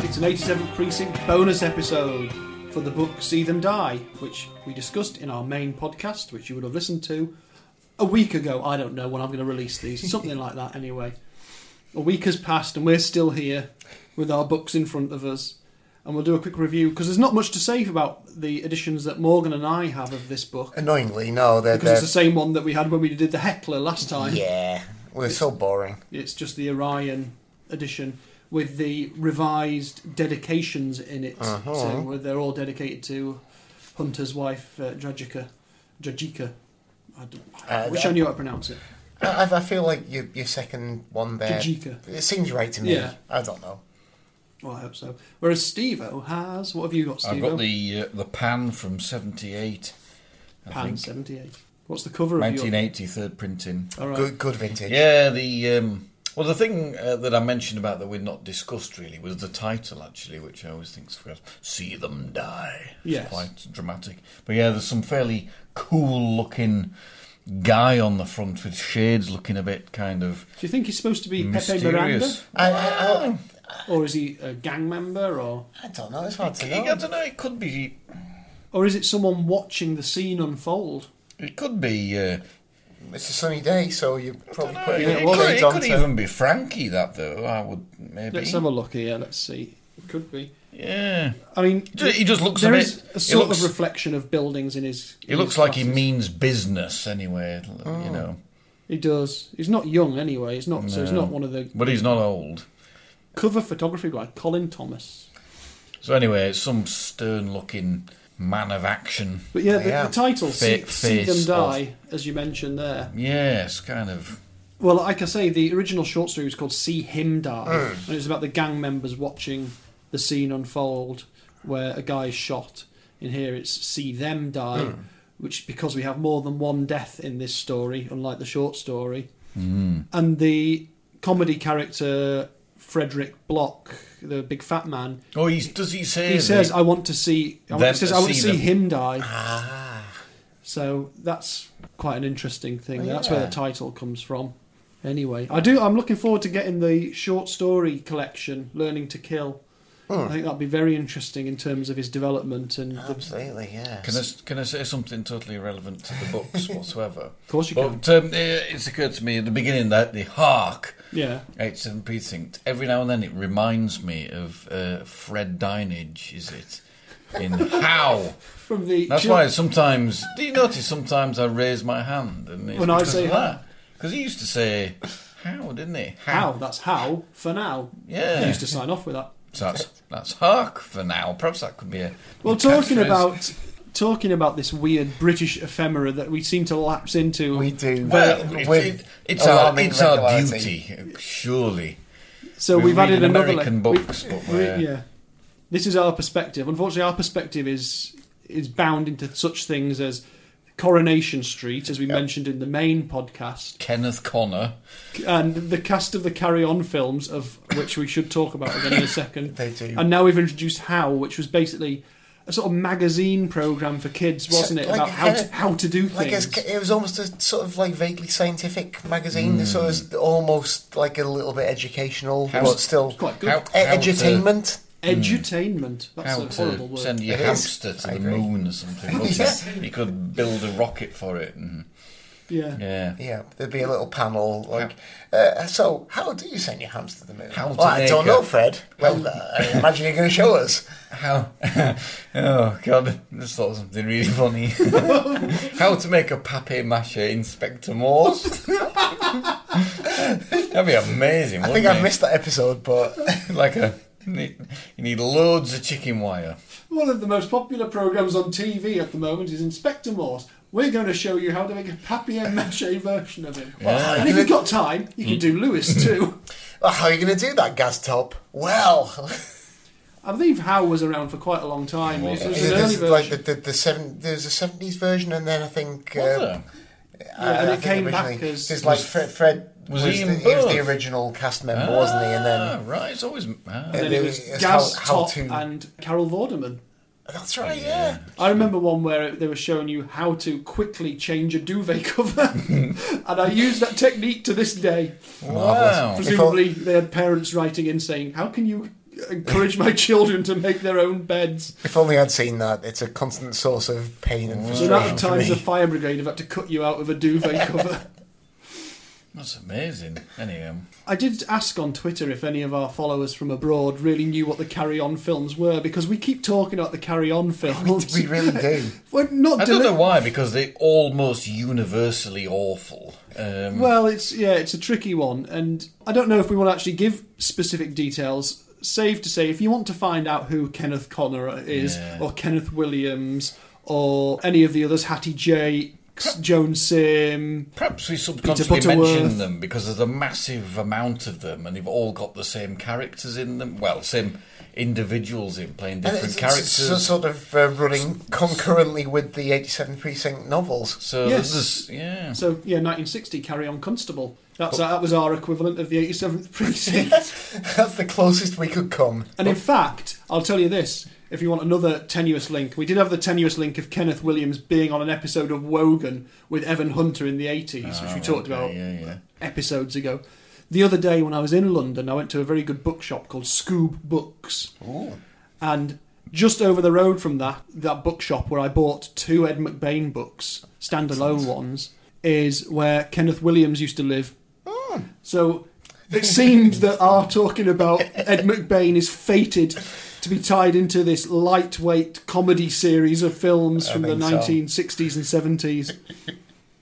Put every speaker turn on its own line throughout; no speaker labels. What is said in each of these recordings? It's an 87th Precinct bonus episode for the book See Them Die, which we discussed in our main podcast, which you would have listened to a week ago. I don't know when I'm going to release these, something like that anyway. A week has passed and we're still here with our books in front of us. And we'll do a quick review because there's not much to say about the editions that Morgan and I have of this book
Annoyingly, no, they're,
because it's
they're
the same one that we had when we did the Heckler last time.
yeah, we're so boring.
It's just the Orion edition with the revised dedications in it.
Uh-huh.
So where they're all dedicated to Hunter's wife, uh, Dragica. Dragica. I, don't, I
Uh,
wish I
that-
knew how to pronounce it.
I, I feel like your your second one there.
Jajika.
It seems right to me.
Yeah.
I don't know.
Well, I hope so. Whereas Steve O has. What have you got,
I've
Steve
got
O?
the uh, the pan from '78,
Pan 78. What's the cover of your.
1980 third printing.
All right.
Good, good vintage.
Yeah, the um, well, the thing uh, that I mentioned about that we'd not discussed really was the title actually, which I always think's forgot. See them die. It's
Yes.
quite dramatic. But yeah, there's some fairly cool looking guy on the front with shades looking a bit kind of
Do you think he's supposed to be Pepe Miranda?
mysterious.
I, I, I,
Or is he a gang member? Or,
I don't know. It's hard to
I
know.
don't know. It could be
or is it someone watching the scene unfold?
It could be. Uh,
It's a sunny day, so you're probably
dunno,
putting
it,
it,
could, e- it
late
could
onto.
even be Frankie. That though, I would maybe.
Let's have a look here. Let's see. It could be.
yeah,
I mean,
Ju- he just looks a
there
bit-
is
he
sort
looks-
of reflection of buildings in his.
it
in
looks
his
like he
glasses.
means business anyway. l-
Oh.
You know,
He does. He's not young anyway. It's not. So it's
No.
not one of the
but he's not old.
cover photography by Colin Thomas.
So anyway, it's some stern-looking man of action.
But yeah, the,
Yeah.
the title see,
Fit
see them
face
die, as you mentioned there.
Yes, kind of.
Well, like I say, the original short story was called "See Him Die," and it was about the gang members watching the scene unfold, where a guy is shot. In here, it's "See Them Die," which because we have more than one death in this story, unlike the short story, and the comedy character Frederick Block, the big fat man,
Oh, he's, does he say?
he
that-
says, "I want to see." I want,
Them-
he says, "I want to
see
see
them." Ah.
him die." So that's quite an interesting thing. That's where the
yeah.
title comes from. Anyway, I do. I'm looking forward to getting the short story collection, "Learning to Kill." I think that'll be very interesting in terms of his development. And the,
Absolutely, yeah.
Can I, s- can I say something totally irrelevant to the books whatsoever?
Of course you
but, can. Um, eh, it's occurred to me at the beginning that the hark,
yeah,
87 Precinct, every now and then it reminds me of uh, Fred Dinage, is it? In How.
from the
That's
chil-
why sometimes, do you notice sometimes I raise my hand? And it's
When I
because
say
of
how.
that. Because he used to say how, didn't he?
how that's how for now.
Yeah.
I used to sign off with that.
So that's, that's hark for now. Perhaps that could be a.
Well,
a
talking
catchphrase.
about talking about this weird British ephemera that we seem to lapse into.
we do.
Well,
with-
it's,
with
it, it's, our,
alarming
it's our
regularity.
duty, surely.
So
We
we have
read
added
in
another
American
le- we-
books, but
we-
we're-
yeah, this is our perspective. Unfortunately, our perspective is is bound into such things as Coronation Street, as we mentioned in the main podcast,
Kenneth Connor.
and the cast of the Carry On films, of which we should talk about again in a second.
They do.
And now we've introduced How, which was basically a sort of magazine program for kids, wasn't it?
like
About how
how-
to, how to do
Like
things.
it's, it was almost a sort of like vaguely scientific magazine, so it was almost like a little bit educational,
Hmm. How-
but still
quite good.
How,
E-
how uh, to-
edutainment.
Edutainment. That's
how
a horrible
to
word.
send your
It is.
hamster to
I
the
agree.
moon or something. wasn't it? You could build a rocket for it. And,
yeah.
yeah.
Yeah, there'd be a little panel like, uh, so how do you send your hamster to the moon?
How to
well, I
make
don't
a-
know, Fred. Well, uh, I imagine you're going to show us.
How? oh God! I just thought of something really funny. How to make a papier mâché Inspector Morse? That'd be amazing.
I think
wouldn't it?
I missed that episode, but
like a. You need, you need loads of chicken wire.
One of the most popular programs on TV at the moment is Inspector Morse. We're going to show you how to make a papier mache version of him.
Yeah.
And if you've got time, you can do
Mm.
Lewis too.
well, how are you going to do that, Gaz Top? Well,
I believe Howe was around for quite a long time. It was, it was an early
there's
version.
like the, the, the seven, there's a 70s version, and then I think.
Was
uh,
there?
Yeah, and
I
it
think
came
originally-
back as-
It's like Fred, Fred
Was
was,
he in
the, he was the
both?
original cast member, wasn't he? And
Ah,
then.
right, it's always. Ah.
and then it was
it's
Gaz
how- how
Top
to-
and Carol Vorderman.
That's right, yeah.
I remember one where they were showing you how to quickly change a duvet cover, and I use that technique to this day.
Wow.
Presumably, they had parents writing in saying, "How can you encourage my children to make their own beds.
If only I'd seen that. It's a constant source of pain and
The amount
frustration
of
for
times the
me.
fire brigade have had to cut you out with a duvet cover.
That's amazing. um, Anyhow,
I did ask on Twitter if any of our followers from abroad really knew what the Carry On films were because we keep talking about the Carry On films.
We really do.
We're not
I don't
deli-
know why, because they're almost universally awful. Um,
Well, it's yeah, it's a tricky one, and I don't know if we want to actually give specific details. Safe to say, if you want to find out who Kenneth Connor is,
Yeah.
or Kenneth Williams, or any of the others, Hattie J, Joan Sim,
Perhaps we
Peter
subconsciously
Butterworth.
mention them because there's a massive amount of them, and they've all got the same characters in them. Well, same individuals in playing
And
different
it's- it's
characters.
so- sort of uh, running concurrently with the 87 Precinct novels.
so
Yes.
this is yeah.
So yeah, 1960, Carry On Constable. That's that was our equivalent of the 87th precinct.
That's the closest we could come.
and in fact, I'll tell you this: if you want another tenuous link, we did have the tenuous link of Kenneth Williams being on an episode of Wogan with Evan Hunter in the 80s, which we talked about
Ah, Yeah, yeah.
episodes ago. The other day when I was in London, I went to a very good bookshop called Scoob Books.
Oh.
And just over the road from that, that bookshop where I bought two Ed McBain books, standalone ones, is where Kenneth Williams used to live.
Oh.
So it seems that our talking about Ed McBain is fated to be tied into this lightweight comedy series of films from the
think so.
1960s and 70s.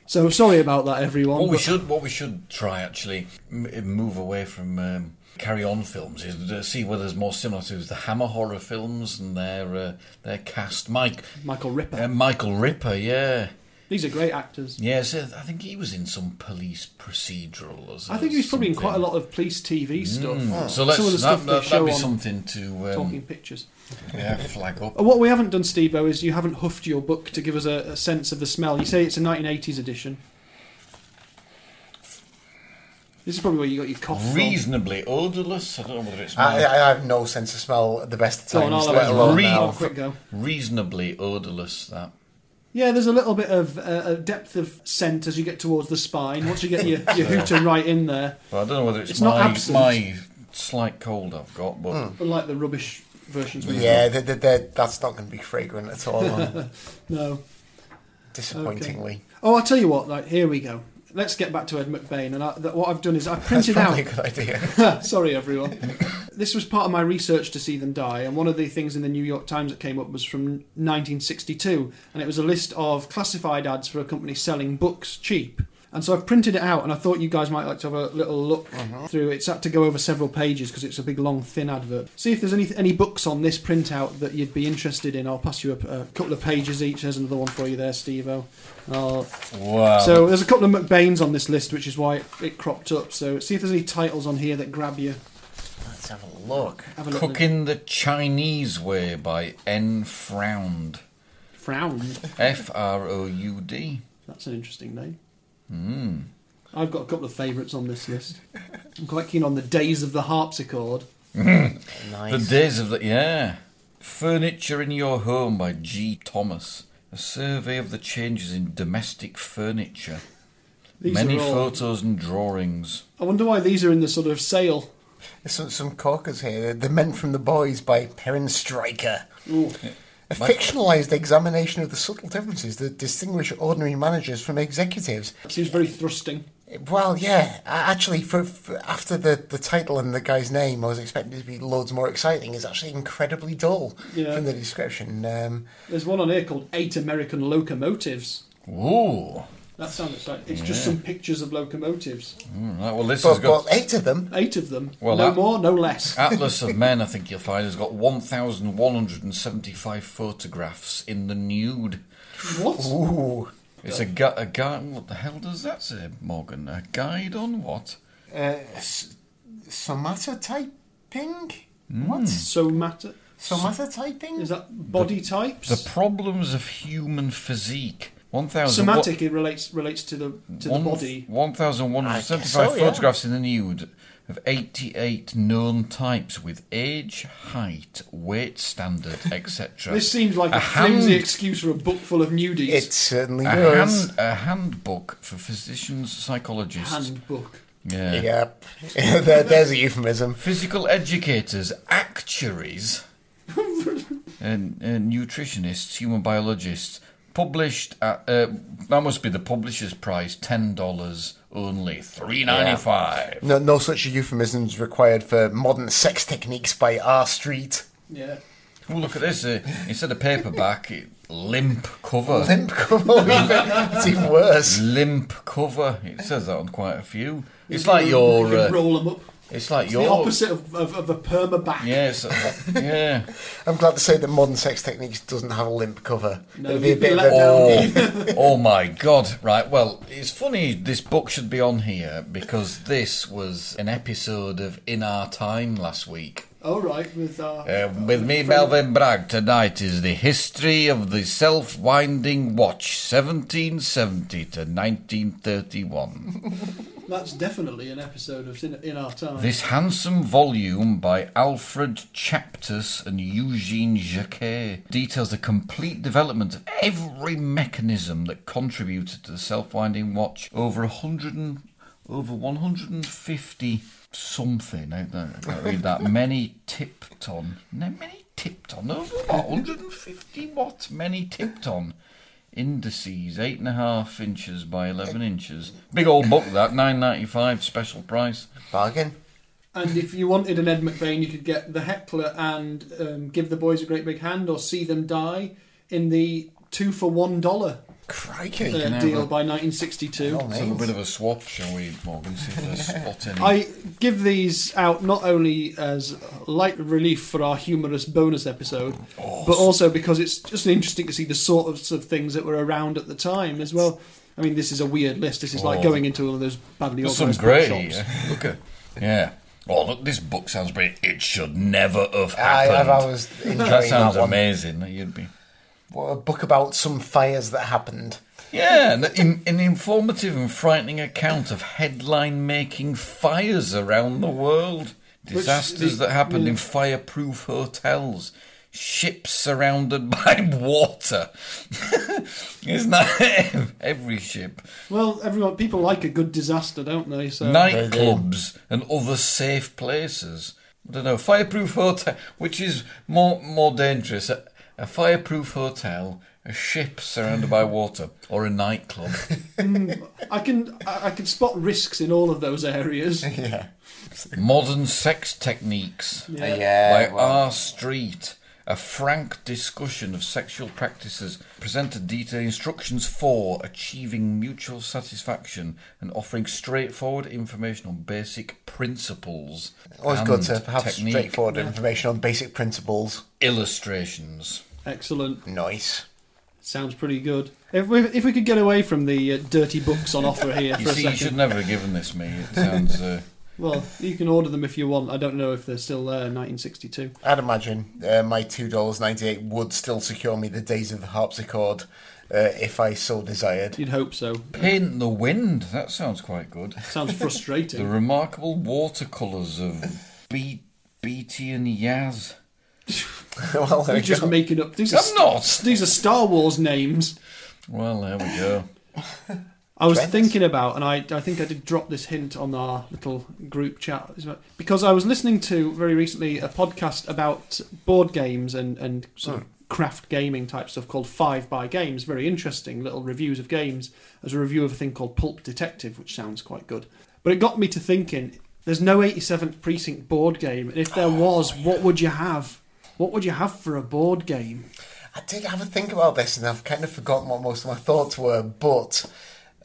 So sorry about that, everyone.
What we
but-
should what we should try actually m- move away from um, carry on films is to see whether there's more similarities with the Hammer horror films and their uh, their cast. Mike
Michael Ripper.
uh, Michael Ripper, yeah,
These are great actors.
yes, yeah, so I think he was in some police procedural. Or
I think he was probably in quite a
something.
lot of police TV stuff.
Mm. So let's
Some of the
that,
stuff
that,
they
that'd
show
be
on
something to
Talking
um,
pictures.
yeah, flag up.
Uh, What we haven't done, Steve, is you haven't huffed your book to give us a, a sense of the smell. You say it's a 1980s edition. This is probably where you got your cough from.
Reasonably odorless. I don't know whether it's
I,
my
I have no sense of smell at the best of
Go on,
times,
I'll
let
have a
alone
read.
I'll
now.
quick go.
reasonably odorless that.
Yeah, there's a little bit of uh, a depth of scent as you get towards the spine. Once you get your, your hooter right in there,
But I don't know whether it's,
It's not
my
absent.
my slight cold I've got, but
unlike the rubbish versions. we
Yeah, they- they- they- that's not going to be fragrant at all, um,
No.
disappointingly.
Oh, I'll tell you what. Like, here we go. Let's get back to Ed McBain. And I, th- what I've done is I've
That's
printed out.
probably a good idea.
Sorry, everyone. this was part of my research to see them die, and one of the things in the New York Times that came up was from 1962, and it was a list of classified ads for a company selling books cheap. And so I've printed it out, and I thought you guys might like to have a little look through. It's had to go over several pages because it's a big, long, thin advert. See if there's any any books on this printout that you'd be interested in. I'll pass you a, a couple of pages each. There's another one for you there, Steve-O. I'll
wow.
so there's a couple of McBain's on this list, which is why it, it cropped up. So see if there's any titles on here that grab you.
Let's have a look.
Have a look.
Cooking the Chinese Way by N Fround.
Frowned.
F R O U D.
That's an interesting name.
Hmm.
Mm. I've got a couple of favourites on this list. I'm quite keen on the Days of the Harpsichord.
The
Nice.
Days of the. Yeah. Furniture in Your Home by G. Thomas. A survey of the changes in domestic furniture.
These
Many
are all,
photos and drawings.
I wonder why these are in the sort of sale.
There's some, some corkers here. The Men from the Boys by Perrin Stryker.
Ooh.
A fictionalized examination of the subtle differences that distinguish ordinary managers from executives.
Seems very thrusting.
Well, yeah, a- actually, for, for after the, the title and the guy's name, I was expecting it to be loads more exciting. It's actually incredibly dull
Yeah.
from the description. Um,
There's one on here called Eight American Locomotives.
Ooh.
That sounds exciting. It's just some pictures of locomotives.
Right, well, this has
but,
got
but eight of them.
Eight of them.
Well,
no
that- Ah.
more, no less.
Atlas of Men. I think you'll find has got one thousand one hundred and seventy-five photographs in the nude.
what?
Ooh.
It's a guy. A guy. What the hell does that say, Morgan? A guide on what?
Uh, s- somatotyping? What?
So matter.
Somatotyping?
Is that body types?
The problems of human physique. One thousand.
Somatic it relates relates to the to the body.
Oh, One thousand one
I
hundred
guess so,
seventy-five
yeah.
photographs in the nude of eighty-eight known types with age, height, weight standard, etc.
This seems like a,
A
flimsy
hand-
excuse for a book full of nudies.
It certainly
A,
does.
hand, a handbook for physicians, psychologists,
handbook.
Yeah.
Yep. there, there's a euphemism.
Physical educators, actuaries, and, and nutritionists, human biologists, published at, uh, that must be the publisher's price, ten dollars only, three ninety five.
No, no such euphemisms required for modern sex techniques by R Street.
Yeah.
Well, look at this. Uh, instead of paperback, it- limp cover.
Limp cover. it's even worse.
Limp cover. It says that on quite a few. It's like your.
You can
Uh,
roll them up.
it's like
The
your.
opposite of, of, of a perma back.
Yeah, it's, yeah.
I'm glad to say that modern sex techniques doesn't have a limp cover.
No,
It'd be a
you
bit of
let
a-
down.
Oh, oh my God! Right. Well, it's funny. This book should be on here because this was an episode of In Our Time last week.
All right, with uh,
Uh, with me, Melvin Bragg. Tonight is the history of the self-winding watch, 1770 to 1931.
That's definitely an episode of in, in our time.
This handsome volume by Alfred Chaptus and Eugene Jacquet details the complete development of every mechanism that contributed to the self-winding watch over a hundred and over 150 something. I don't, I can't read that. Many Tipton. No, many Tipton. Over what? 150 what? Many Tipton. Indices, eight and a half inches by eleven inches. Big old book that, nine ninety five special price.
bargain.
And if you wanted an Ed McBain, you could get the heckler and um, give the boys a great big hand, or see them die in the two for one dollar
Crikey.
uh,
have
deal
a-
by 1962.
Oh,
Let's have a
mate.
bit of a swap, shall we, Morgan? See if there's spot any.
I give these out not only as light relief for our humorous bonus episode, but also because it's just interesting to see the sorts of things that were around at the time as well. I mean, this is a weird list. This is like
Oh.
going into one of those badly
There's some
organised
great.
shops.
yeah. Look at. Yeah. Oh, look, this book sounds brilliant. It should never have
I,
happened.
I, I was enjoying
that sounds
one.
amazing. that You'd be.
What, a book about some fires that happened.
Yeah, an, in, an informative and frightening account of headline making fires around the world. Disasters
the-
that happened in
yeah.
fireproof hotels. Ships surrounded by water. Isn't that every ship?
Well, everyone, people like a good disaster, don't they? So
nightclubs and other safe places. I don't know, fireproof hotel, which is more more dangerous, a, a fireproof hotel, a ship surrounded by water, or a nightclub.
I can I I can spot risks in all of those areas.
Yeah.
Modern sex techniques
Yeah.
by
well,
R Street. A frank discussion of sexual practices, presented detailed instructions for achieving mutual satisfaction and offering straightforward information on basic principles.
always
and
good to have
technique.
straightforward information on basic principles.
illustrations.
Excellent.
Nice.
Sounds pretty good. If we, if we could get away from the uh, dirty books on offer here
You
for a
see, you should
second.
never have given this me. It sounds. Uh,
Well, you can order them if you want. I don't know if they're still there. 1962.
I'd imagine uh, my two dollars ninety eight would still secure me the days of the harpsichord uh, if I so desired.
You'd hope so.
Paint the Wind. That sounds quite good.
Sounds
The
frustrating.
remarkable watercolours of Be- Beatty and Yaz.
well, there
You're
we
just
go.
making up. These are
I'm
st-
not!
These are Star Wars names.
Well, there we go.
I was
Trent?
thinking about, and I, I think I did drop this hint on our little group chat is that- because I was listening to very recently a podcast about board games and, and sort
Hmm.
of craft gaming type stuff called Five by Games. Very interesting little reviews of games. There's a review of a thing called Pulp Detective, which sounds quite good. But it got me to thinking there's no 87th Precinct board game, and if
Oh,
there was, what would you have? What would you have for a board game?
I did have a think about this, and I've kind of forgotten what most of my thoughts were. But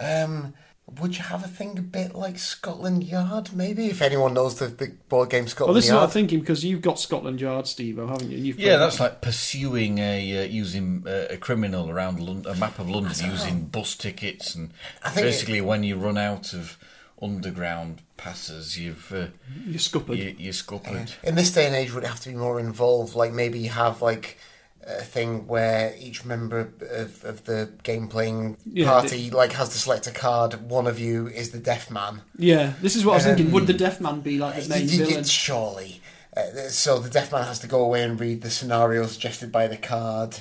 um, would you have a thing a bit like Scotland Yard? Maybe if anyone knows the, the board game
Well,
Scotland
this is what I'm
Yard.
thinking because you've got Scotland Yard, Steve, haven't you? You've
Yeah,
played-
that's like pursuing a uh, using uh, a criminal around Lon- a map of London using bus tickets and
I think it-
basically when you run out of underground passes, you've uh,
you're scuppered.
you, you're scuppered.
In this day and age, would it have to be more involved? Like maybe you have like a thing where each member of, of the game playing
Yeah,
party like has to select a card. One of you is the deaf man.
Yeah, this is what I was thinking.
Um,
Would the deaf man be like his main
You- you-
villain?
Surely. Uh, so the deaf man has to go away and read the scenario suggested by the card.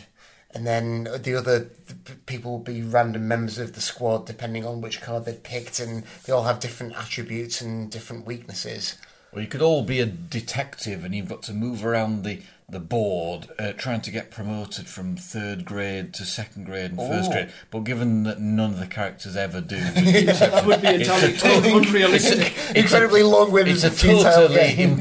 and then the other p- people will be random members of the squad depending on which card they picked, and they all have different attributes and different weaknesses.
Well, you could all be a detective, and you've got to move around the the board uh, trying to get promoted from third grade to second grade and first
Oh.
grade. But given that none of the characters ever do,
That would be entirely unrealistic.
Incredibly long-winded
It's a
and futile
totally
game.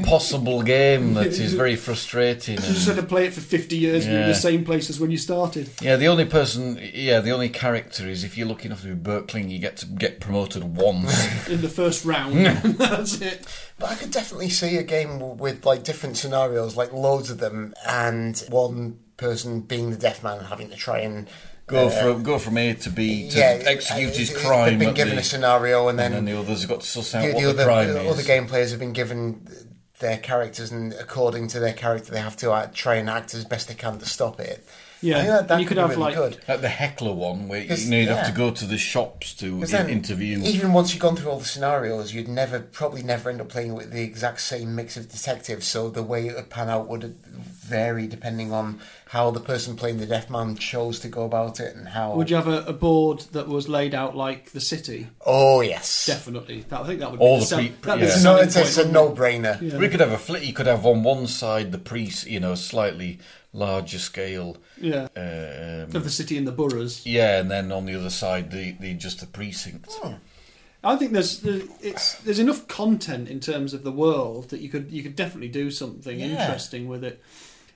impossible game that is very frustrating.
You just
and-
had to play it for 50 years and you're in
Yeah.
the same place as when you started.
yeah, the only person, yeah, the only character is if you're lucky enough to be Berkling, you get to get promoted once.
in the first round. That's it.
But I could definitely see a game w- with like different scenarios, like loads of them, and one person being the deaf man and having to try and
go
uh,
from go from A to B to execute
uh,
his
if
crime.
They've been
at
given
the-
a scenario, and then
and the others have got to suss out
the,
what
the
the,
other
crime
the
is.
other game players have been given their characters, and according to their character, they have to act, try and act as best they can to stop it.
Yeah,
I think that, that
and you
could
could
be
have,
really
like-
good.
Like the heckler one, where you,
Yes,
know, you'd
yeah.
have to go to the shops to
'Cause
in-
then
interview.
E-
Even once you've gone through all the scenarios, you'd never, probably never end up playing with the exact same mix of detectives. So the way it would pan out would vary depending on how the person playing the deaf man chose to go about it and how.
Would you have a, a board that was laid out like the city?
oh yes,
Definitely. That, I think that would
All
be
the
sell-
pre-
that'd be
yeah.
the
It's, no,
selling
it's, it's a
point, wouldn't
no-brainer.
it?
We could have a flit. You could have on one side the priest, you know, slightly larger scale.
Yeah. yeah.
Um,
Of the city and the boroughs.
yeah, and then on the other side, the, the just the precinct.
Oh. I think there's there's, it's, there's enough content in terms of the world that you could you could definitely do something
Yeah.
interesting with it,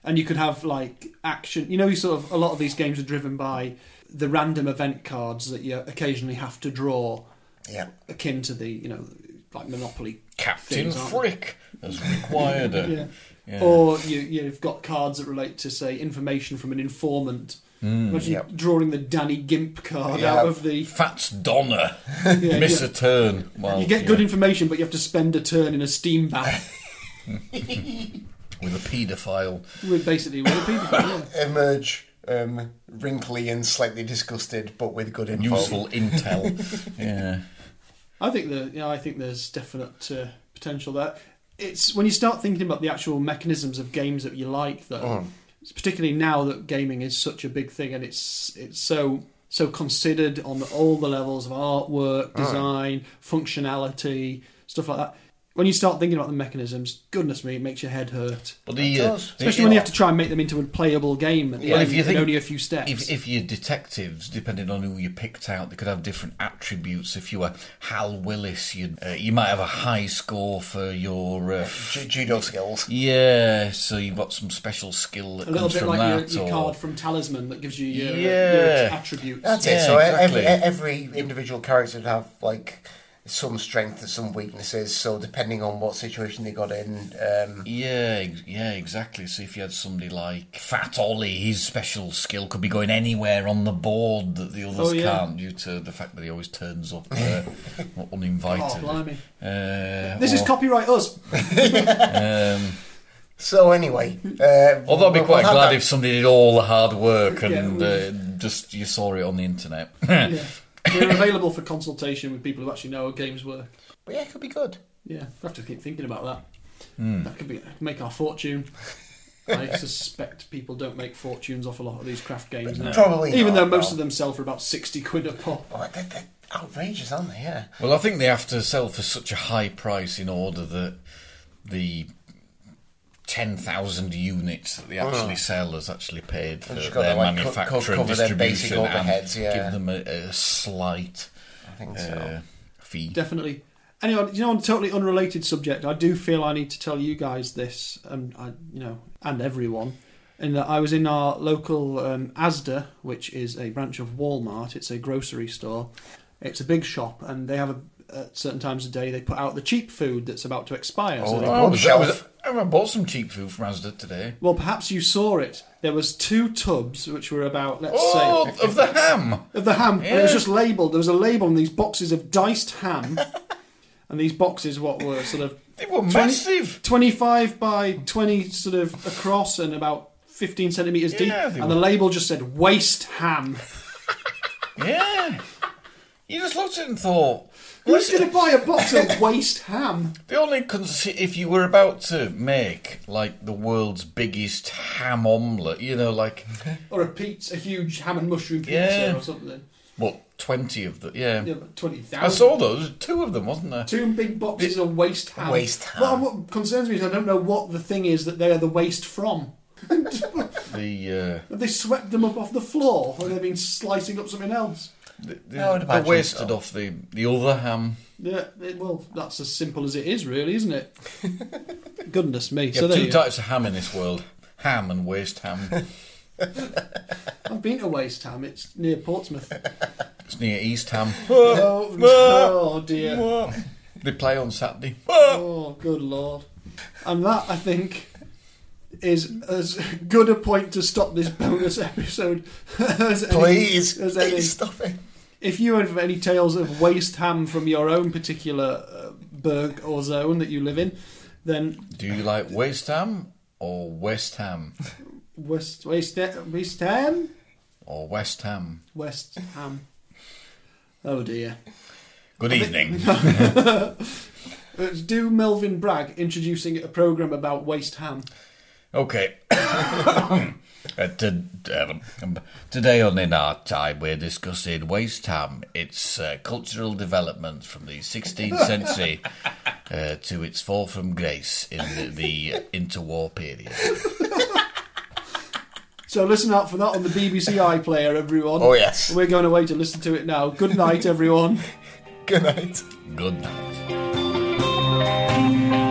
and you could have like action. You know, you sort of a lot of these games are driven by the random event cards that you occasionally have to draw,
Yeah.
akin to the you know like Monopoly
Captain
things, aren't they?
Frick has required a.
Yeah.
Yeah.
Or you, you've got cards that relate to, say, information from an informant. Imagine
Yep.
drawing the Danny Gimp card
Yeah.
out of the.
Fats Donner
yeah,
miss
yeah.
a turn. Well,
You get
yeah,
good information, but you have to spend a turn in a steam bath
with a paedophile.
with basically with a people. Yeah.
Emerge um, wrinkly and slightly disgusted, but with good info.
Oh.
useful intel. Yeah.
I think the you know, I think there's definite uh, potential there. It's when you start thinking about the actual mechanisms of games that you like, though, particularly now that gaming is such a big thing and it's it's so so considered on all the levels of artwork, design, functionality, stuff like that. When you start thinking about the mechanisms, goodness me, it makes your head hurt.
But the, uh,
does.
Especially when you have to try and make them into a playable game and,
Well, if you
and
think-
only a few steps.
If, if you're detectives, depending on who you picked out, they could have different attributes. If you were Hal Willis, you uh, you might have a high score for your. Uh,
Ju- judo skills.
yeah, so you've got some special skill that
a little
comes
bit
from
like your,
that.
your
or,
card from Talisman that gives you your,
Yeah.
your attributes.
That's it.
Yeah,
So e-
exactly.
every every individual character would have like some strengths and some weaknesses. So depending on what situation they got in, um,
Yeah, ex- yeah, exactly. So if you had somebody like Fat Ollie, his special skill could be going anywhere on the board that the others
Oh, yeah.
can't due to the fact that he always turns up uh, uninvited.
Oh, blimey.
Uh,
This is
or-
copyright us.
um,
so anyway, uh,
Although I'd be
we'll-
quite
we'll have
glad
that-
if somebody did all the hard work
Yeah,
and
we-
uh, just you saw it on the internet.
yeah. We're available for consultation with people who actually know how games work.
But yeah, it could be good.
Yeah, we have to keep thinking about that. That could be that could make our fortune. I suspect people don't make fortunes off a lot of these craft games now.
Probably,
Even
not,
though most
no.
of them sell for about sixty quid a pop.
Oh, they're, they're outrageous, aren't they? Yeah.
well, I think they have to sell for such a high price in order that the ten thousand units that they actually sell has actually paid for
Ah. just
their
gotta, like, co-
manufacture
co-
and
cover their basic
distribution
overheads,
and
yeah.
give them a, a slight
I think so.
uh, fee.
Definitely. Anyway, you know, on a totally unrelated subject, I do feel I need to tell you guys this, and I, you know, and everyone, in that I was in our local um, ASDA, which is a branch of Walmart. It's a grocery store. It's a big shop, and they have a at certain times of day they put out the cheap food that's about to expire. so
Oh,
they-
right.
I, was- I was-
shelf.
I bought some cheap food from Asda today.
well, perhaps you saw it. There was two tubs which were about let's
Oh,
say
of the ham!
of the ham, and it was
Yeah.
just labelled. There was a label on these boxes of diced ham, and these boxes what were sort of
They were
20
massive.
25 by 20 sort of across and about 15 centimetres deep.
Yeah,
And
they
the
were.
label just said waste ham.
Yeah. You just looked at it and thought,
Who's going to buy a box of waste ham?
The only cons- if you were about to make like the world's biggest ham omelette, you know, like
Or a pizza, a huge ham and mushroom pizza
Yeah.
or something.
what twenty of the yeah.
Yeah, but 20,000.
I saw those two of them, wasn't there?
Two big boxes of waste ham.
Waste ham.
Well, what concerns me is I don't know what the thing is that they are the waste from. Have
The uh,
they swept them up off the floor, or they've been slicing up something else?
the, the,
I would
the
imagine
wasted
so.
off the the other ham.
Yeah, it- well, that's as simple as it is, really, isn't it? Goodness me!
You
so
have
there
two
you go.
types of ham in this world: ham and waste ham.
I've been to Waste Ham. It's near Portsmouth.
it's near East Ham.
oh, oh dear!
they play on Saturday.
Oh, good lord! And that I think is as good a point to stop this bonus episode as any-
Please,
as any.
please stop it.
If you have any tales of waste ham from your own particular uh, burg or zone that you live in, then
Do you like waste ham or West Ham
West Waste Waste Ham,
or West Ham?
West Ham. Oh dear.
Good evening.
Let's Uh, do Melvin Bragg introducing a program about waste ham.
Okay. Uh, to- um, today on In Our Time, we're discussing waste ham, its uh, cultural development from the 16th century uh, to its fall from grace in the, the interwar period.
So listen out for that on the BBC iPlayer, everyone.
Oh, yes.
We're going away to listen to it now. Good night, everyone.
Good night.
Good night.
Thank